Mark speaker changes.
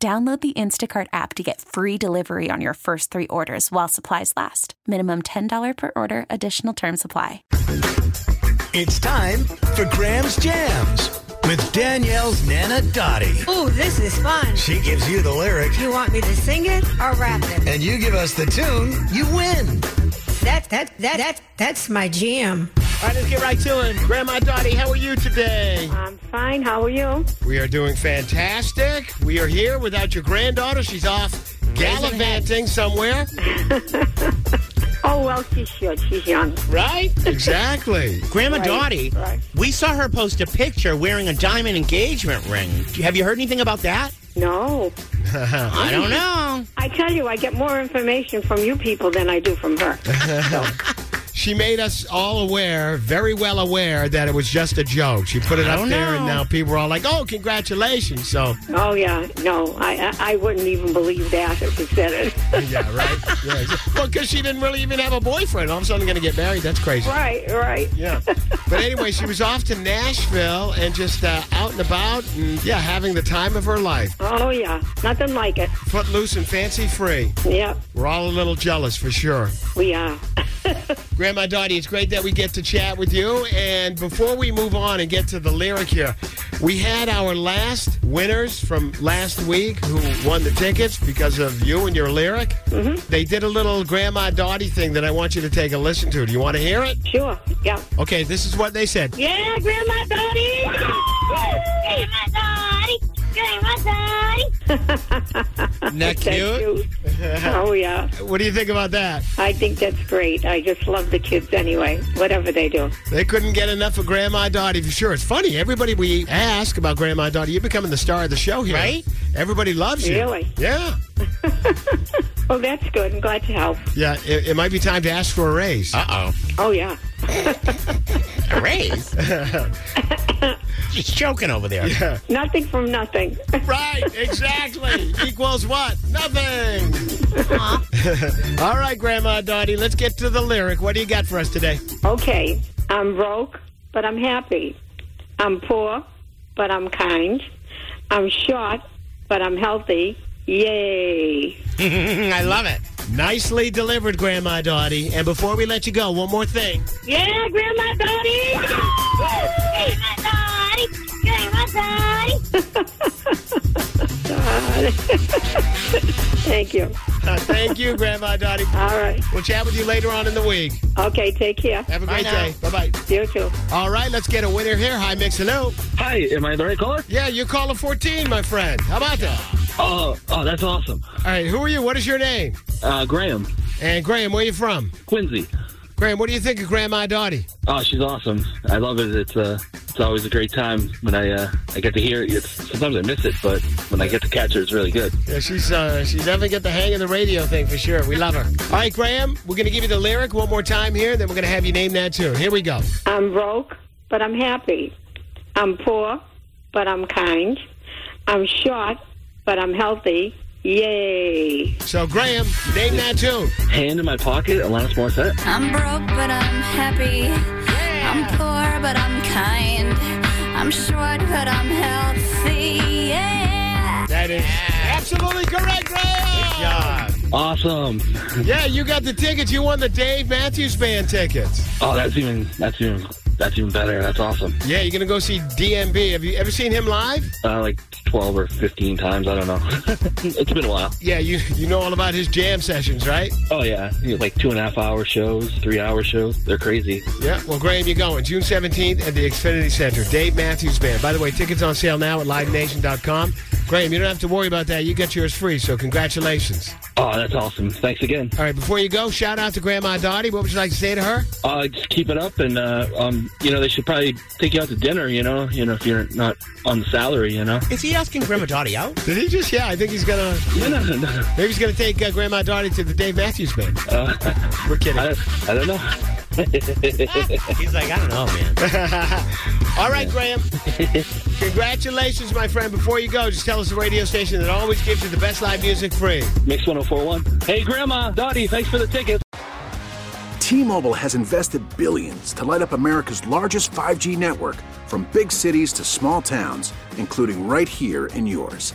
Speaker 1: Download the Instacart app to get free delivery on your first three orders while supplies last. Minimum $10 per order, additional term supply.
Speaker 2: It's time for Graham's Jams with Danielle's Nana Dottie.
Speaker 3: Ooh, this is fun.
Speaker 2: She gives you the lyric,
Speaker 3: You want me to sing it or rap it?
Speaker 2: and you give us the tune, you win.
Speaker 3: That that that that that's my jam.
Speaker 4: All right, let's get right to it. Grandma Dottie, how are you today?
Speaker 5: I'm fine. How are you?
Speaker 4: We are doing fantastic. We are here without your granddaughter. She's off gallivanting somewhere.
Speaker 5: Oh well, she should. She's young.
Speaker 4: Right? Exactly.
Speaker 6: Grandma Dottie,
Speaker 5: right.
Speaker 6: we saw her post a picture wearing a diamond engagement ring. Have you heard anything about that?
Speaker 5: No,
Speaker 4: Mm.
Speaker 6: I don't know.
Speaker 5: I tell you, I get more information from you people than I do from her.
Speaker 4: she made us all aware, very well aware, that it was just a joke. She put it
Speaker 6: I
Speaker 4: up
Speaker 6: don't
Speaker 4: there, and now
Speaker 6: know.
Speaker 4: people are all like, oh, congratulations. So,
Speaker 5: oh yeah, no, I I, I wouldn't even believe that if you said it.
Speaker 4: yeah, right? Yeah. Well, because she didn't really even have a boyfriend. All of a sudden, going to get married. That's crazy.
Speaker 5: right, right.
Speaker 4: Yeah. But anyway, she was off to Nashville and just uh, out and about and, yeah, having the time of her life.
Speaker 5: Oh yeah, nothing like it.
Speaker 4: Footloose and fancy free.
Speaker 5: Yep,
Speaker 4: We're all a little jealous for sure.
Speaker 5: we are.
Speaker 4: Grandma Dottie, it's great that we get to chat with you. And before we move on and get to the lyric here, we had our last winners from last week who won the tickets because of you and your lyric. They did a little Grandma Dottie thing that I want you to take a listen to. Do you want to hear it?
Speaker 5: Sure. Yeah.
Speaker 4: Okay, this is what they said.
Speaker 5: Yeah, Grandma Dottie.
Speaker 7: Grandma Dottie! Grandma Dottie!
Speaker 6: Isn't that
Speaker 5: That's
Speaker 6: cute?
Speaker 5: you. oh yeah,
Speaker 4: What do you think about that?
Speaker 5: I think that's great. I just love the kids anyway, whatever they do.
Speaker 4: They couldn't get enough of Grandma Dottie for sure. It's funny. Everybody we ask about Grandma Dottie, you're becoming the star of the show here.
Speaker 6: Right?
Speaker 4: Everybody loves you.
Speaker 5: Really?
Speaker 4: Yeah.
Speaker 5: Oh, that's good. I'm glad to help.
Speaker 4: Yeah. It, it might be time to ask for a raise.
Speaker 6: Uh
Speaker 5: Oh yeah.
Speaker 6: oh. A raise? She's joking over there.
Speaker 5: Nothing from nothing.
Speaker 4: right. Exactly. Equals what? Nothing. All right, Grandma Dottie, let's get to the lyric. What do you got for us today?
Speaker 5: Okay, I'm broke, but I'm happy. I'm poor, but I'm kind. I'm short, but I'm healthy. Yay.
Speaker 6: I love it.
Speaker 4: Nicely delivered, Grandma Dottie. And before we let you go, one more thing.
Speaker 5: Yeah, Grandma Dottie!
Speaker 7: Grandma Dottie! Grandma Dottie!
Speaker 5: Thank you.
Speaker 4: Uh, thank you, Grandma Dottie.
Speaker 5: All right.
Speaker 4: We'll chat with you later on in the week.
Speaker 5: Okay, take care.
Speaker 4: Have a great
Speaker 6: now.
Speaker 4: day. Bye bye.
Speaker 5: You too.
Speaker 4: All right, let's get a winner here. Hi, Mix. Hello.
Speaker 8: Hi, am I the right caller?
Speaker 4: Yeah, you're calling 14, my friend. How about that?
Speaker 8: Oh, oh, that's awesome.
Speaker 4: All right, who are you? What is your name?
Speaker 8: Uh, Graham,
Speaker 4: And Graham, where you from?
Speaker 8: Quincy.
Speaker 4: Graham, what do you think of Grandma Dottie?
Speaker 8: Oh, she's awesome. I love it. It's uh, it's always a great time when I uh, I get to hear it. It's, sometimes I miss it, but when I get to catch her, it's really good.
Speaker 4: Yeah, she's uh, she's definitely got the hang of the radio thing for sure. We love her. All right, Graham, we're gonna give you the lyric one more time here, then we're gonna have you name that tune. Here we go.
Speaker 5: I'm broke, but I'm happy. I'm poor, but I'm kind. I'm short, but I'm healthy. Yay.
Speaker 4: So, Graham, name that tune.
Speaker 8: Hand in my pocket, Alanis Morissette.
Speaker 9: I'm broke, but I'm happy. I'm poor, but I'm kind. I'm short, but I'm healthy. Yeah.
Speaker 4: That is absolutely correct, Graham.
Speaker 8: Awesome.
Speaker 4: Yeah, you got the tickets. You won the Dave Matthews Band tickets.
Speaker 8: Oh, that's even that's even that's even better. That's awesome.
Speaker 4: Yeah, you're gonna go see DMB. Have you ever seen him live?
Speaker 8: Uh, like twelve or fifteen times. I don't know. it's been a while.
Speaker 4: Yeah, you you know all about his jam sessions, right?
Speaker 8: Oh yeah, You know, like two and a half hour shows, three hour shows. They're crazy.
Speaker 4: Yeah, well, Graham, you're going June 17th at the Xfinity Center. Dave Matthews Band. By the way, tickets on sale now at LiveNation.com. Graham, you don't have to worry about that. You get yours free, so congratulations.
Speaker 8: Oh, that's awesome. Thanks again.
Speaker 4: All right, before you go, shout out to Grandma Dottie. What would you like to say to her?
Speaker 8: Uh, just keep it up, and uh, um, you know they should probably take you out to dinner. You know, you know if you're not on salary. You know.
Speaker 6: Is he asking Grandma Dottie out?
Speaker 4: Did he just? Yeah, I think he's gonna.
Speaker 8: No, no, no, no.
Speaker 4: Maybe he's gonna take uh, Grandma Dottie to the Dave Matthews Band.
Speaker 8: Uh,
Speaker 4: We're kidding.
Speaker 8: I, I don't know.
Speaker 6: He's like, I don't know, man.
Speaker 4: All right, Graham. Congratulations, my friend. Before you go, just tell us the radio station that always gives you the best live music free.
Speaker 8: Mix 1041. Hey, Grandma, Dottie, thanks for the tickets.
Speaker 10: T-Mobile has invested billions to light up America's largest 5G network from big cities to small towns, including right here in yours.